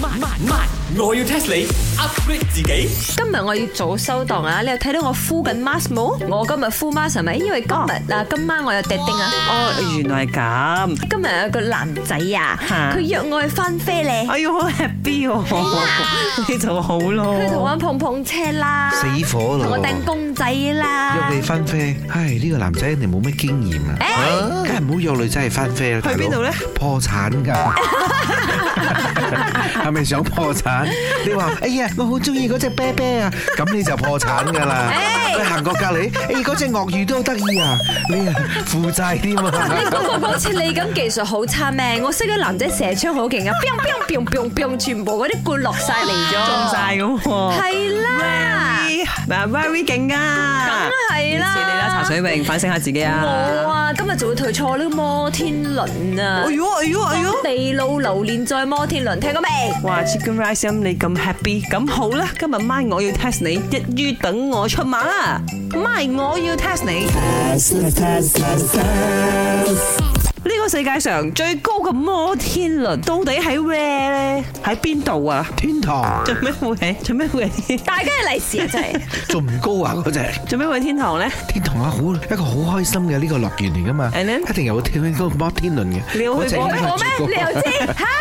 慢慢慢，我要 test 你 upgrade 自己。今日我要早收檔啊！你有睇到我敷緊 mask 冇？我今日敷 mask 係咪？因為今日啊，今晚我有 dating 啊！哦，原來係咁，今日有個男仔啊，嚇佢約我去翻飛咧，哎呀，好 happy 喎，你就好咯。佢同我碰碰車啦，死火咯同我掟公仔約啦你。翻啡，唉呢個男仔你冇咩經驗哎啊，梗係唔好約女仔係翻啡啦。去大佬邊度呢破產㗎， 係咪想破產？你話哎呀，我好中意嗰只啤啤啊，咁你就破產㗎啦。誒佢行過隔離，哎嗰只鱷魚都好得意啊，你啊負債添你啊。講講講似你咁技術好差咩？我識嘅男仔射槍好勁啊，biang biang biang biang biang，全部嗰啲罐落晒嚟咗，中晒咁喎。係啦，嗱，very 勁啊！梗係啦似你啦，茶水泳反省下自己冇啊！啊！今日就會退錯呢個摩天輪啊！哎呦哎呦哎呦！地老流連在摩天輪， 聽過未？哇，Chicken Rice 音你咁 happy，咁好啦，今日 My 我要 test 你，一於等我出馬啦！My 我要 test 你。呢個世界上最高嘅摩天輪到底喺 where 咧？喺邊度啊？天堂做咩會喺？做咩會喺？大家嘅利是啊，真係仲唔高啊嗰只？做咩會喺天堂咧？天堂啊，好一個好開心嘅呢個樂園嚟㗎嘛， And then？一定有跳嗰個摩天輪嘅。你有嗰去隻過應 我該咩係我咩？最高你又知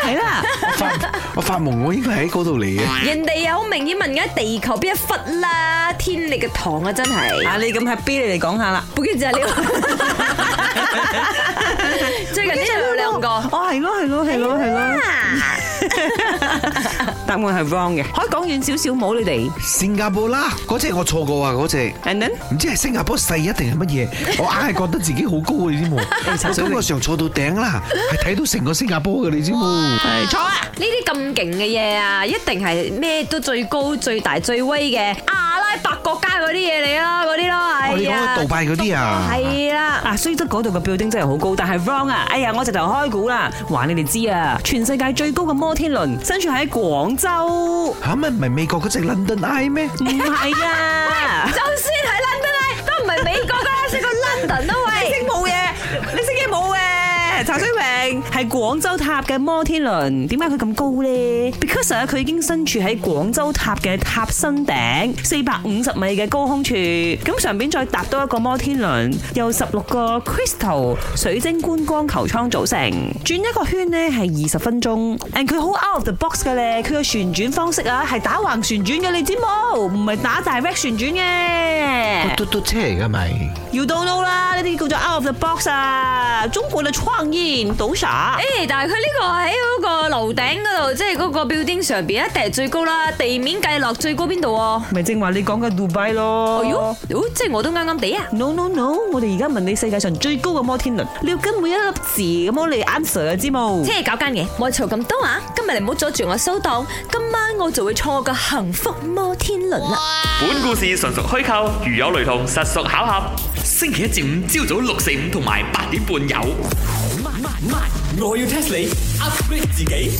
係啦，我發我發夢，我應該係喺嗰度嚟嘅。人哋又好明顯問緊地球邊一忽啦，天力嘅糖啊，真係。 啊你咁 happy，你嚟講下啦。不記就你 最近呢度兩個。哦，係咯，係咯，係咯，係咯，答案係 wrong 嘅。可以講遠少少冇你哋新加坡啦，嗰隻我錯過啊，嗰隻。 ，and then 唔知係新加坡細一定係乜嘢，我硬係覺得自己好高嘅，你知冇？我感覺上坐到頂啦，係睇到成個新加坡嘅，你知冇？係錯啊！呢啲咁勁嘅嘢啊，一定係咩都最高、最大、最威嘅阿拉伯國家嗰啲嘢嚟啦，嗰啲咯，哦，你係講啊到，杜拜嗰啲啊，係啦。啊，雖則嗰度嘅 building 真係好高，但係 wrong 啊！哎呀，我直頭開估啦，話你哋知啊，全世界最高嘅摩天輪身處喺廣州，嚇咪唔係美國嗰隻 London Eye 咩？唔係啊就，算係 London 咧，都唔係美國噶，食個 London 都喂。冇嘢，你識嘢冇嘅，茶水榮係廣州塔嘅摩天輪，點解佢咁高呢 Because 啊，佢已經身處喺廣州塔嘅塔身頂四百五十米嘅高空處，咁上邊再搭多一個摩天輪，由十六個 crystal 水晶觀光球艙組成，轉一個圈呢係二十分鐘，and 佢好 out of the box 嘅咧，佢嘅旋轉方式啊係打橫旋轉嘅，你知冇？唔係打 direct 旋轉嘅。嘟嘟車嚟㗎咪？要到到啦，呢啲叫做 out of the box 啊！中國嘅創意倒傻，哎誒，但係佢呢個喺嗰個樓頂嗰度，即係嗰個 building 上邊一定係最高啦，地面計落最高邊度喎？咪正話你講嘅 Dubai 咯哦喲，喲即係我都啱啱地啊！哎 No no no！我哋而家問你世界上最高嘅摩天輪，你要跟每一粒字咁樣嚟 answer 啊知冇即？係搞奸嘢，我嘈咁多啊！今日你唔好阻住我收檔，今晚我就會坐我個幸福摩天輪啦。本故事純屬虛構，如有雷同，實屬巧合。星期一至五朝早六四五同埋八點半有。慢慢慢，我要 test 你 upgrade 自己。